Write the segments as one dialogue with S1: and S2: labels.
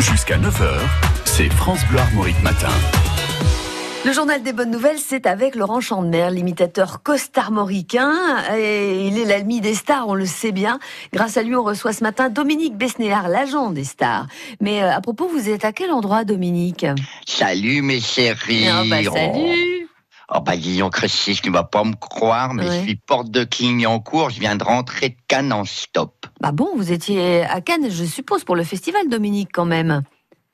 S1: Jusqu'à 9h, c'est France Gloire Maurice Matin.
S2: Le journal des bonnes nouvelles, c'est avec Laurent Chandmer, l'imitateur costarmoricain. Et il est l'ami des stars, on le sait bien. Grâce à lui, on reçoit ce matin Dominique Besnéard, l'agent des stars. Mais euh, à propos, vous êtes à quel endroit, Dominique
S3: Salut mes chéris.
S2: Ah, bah,
S3: Oh.
S2: Salut
S3: Oh, bah dis donc, Christy, tu vas pas me croire, mais
S2: Ouais.
S3: je suis porte de Clignancourt, je viens de rentrer de Cannes en stop.
S2: Bah bon, vous étiez à Cannes, je suppose, pour le festival, Dominique, quand même.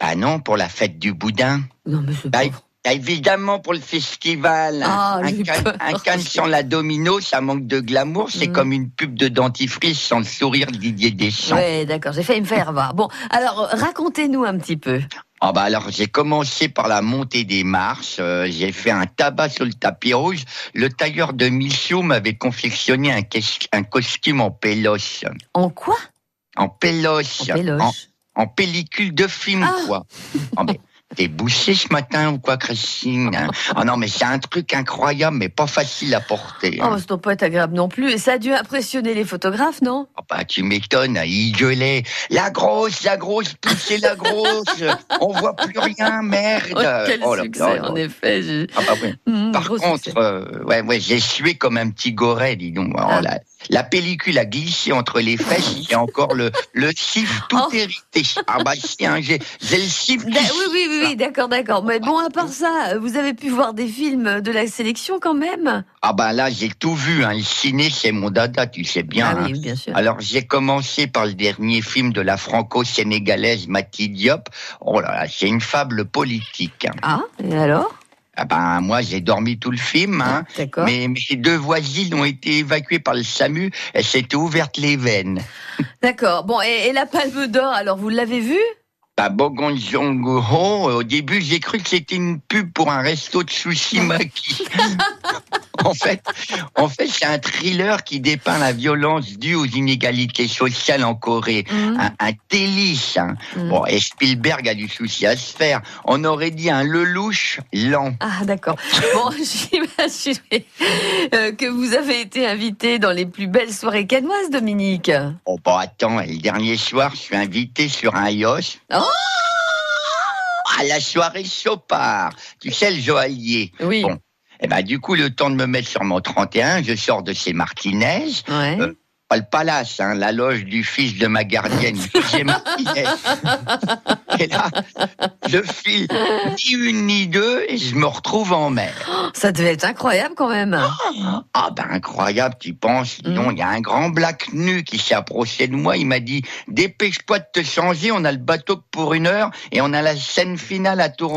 S3: Bah non, pour la fête du boudin.
S2: Non, mais c'est
S3: Bah,
S2: pas
S3: il- Ah, Évidemment pour le festival.
S2: Ah,
S3: un,
S2: j'ai eu
S3: Cannes,
S2: peur.
S3: un Cannes sans la domino, ça manque de glamour, c'est
S2: Mm.
S3: comme une pub de dentifrice sans le sourire de Didier Deschamps.
S2: Ouais, d'accord, j'ai failli me faire avoir. Bon, alors racontez-nous un petit peu.
S3: Ah bah alors j'ai commencé par la montée des marches, euh, j'ai fait un tabac sur le tapis rouge. Le tailleur de Michou m'avait confectionné un, ques- un costume en péloche.
S2: En quoi
S3: En péloche.
S2: En péloche.
S3: En, en pellicule de film,
S2: Ah.
S3: quoi. Oh, mais t'es bouché ce matin ou quoi, Christine hein Oh non, mais c'est un truc incroyable, mais pas facile à porter.
S2: Oh,
S3: hein.
S2: bah, c'est pas être agréable non plus. Et ça a dû impressionner les photographes, non
S3: Ah bah, tu m'étonnes, il gueulait. La grosse, la grosse, poussez la grosse. On voit plus rien, merde.
S2: Oh, Quel
S3: Oh là là
S2: succès,
S3: là.
S2: en effet. j'ai-
S3: Ah bah oui.
S2: Mmh,
S3: Par
S2: gros
S3: contre,
S2: succès.
S3: euh, ouais, ouais, j'ai sué comme un petit goret, dis donc. Alors,
S2: Ah.
S3: la, la pellicule a glissé entre les fesses et encore le, le cif tout
S2: Oh.
S3: hérité. Ah bah si, hein, j'ai j'ai le cif qui
S2: Da- oui, oui, oui, oui, d'accord, d'accord. Mais bon, à part ça, vous avez pu voir des films de la sélection quand même
S3: Ah bah là, j'ai tout vu. Hein. Le ciné, c'est mon dada, tu sais bien.
S2: Ah
S3: hein.
S2: oui, bien sûr.
S3: Alors j'ai commencé par le dernier film de la franco-sénégalaise Mati Diop. Oh là là, c'est une fable politique. hein.
S2: Ah, et alors
S3: Ah ben moi j'ai dormi tout le film. Hein.
S2: D'accord.
S3: Mais mes deux voisines ont été évacuées par le SAMU. Elles s'étaient ouvertes les veines.
S2: D'accord. Bon, et, et la Palme d'Or, alors vous l'avez vue
S3: Bah, Bogonzongoro, Euh, au début, j'ai cru que c'était une pub pour un resto de sushi maki. en fait, en fait c'est un thriller qui dépeint la violence due aux inégalités sociales en Corée.
S2: Mmh,
S3: Un, un délice. hein.
S2: mmh.
S3: Bon, et Spielberg a du souci à se faire. On aurait dit un Lelouch lent.
S2: Ah d'accord. Bon, j'imagine euh, que vous avez été invité dans les plus belles soirées canoises, Dominique.
S3: Oh, bah attends, et le dernier soir, je suis invité sur un yacht.
S2: Oh
S3: à la soirée Chopard. Tu sais, le joaillier.
S2: Oui.
S3: Bon. Eh ben, du coup, le temps de me mettre sur mon 31, je sors de chez Martinez.
S2: Ouais.
S3: Euh, Pas le palace, hein, la loge du fils de ma gardienne, chez Martinez. Et là, je file ni une ni deux et je me retrouve en mer.
S2: Ça devait être incroyable quand même.
S3: Ah ben incroyable, tu penses
S2: Mm.
S3: Non, il y a un grand black nu qui s'est approché de moi. Il m'a dit, dépêche-toi de te changer, on a le bateau que pour une heure et on a la scène finale à tourner.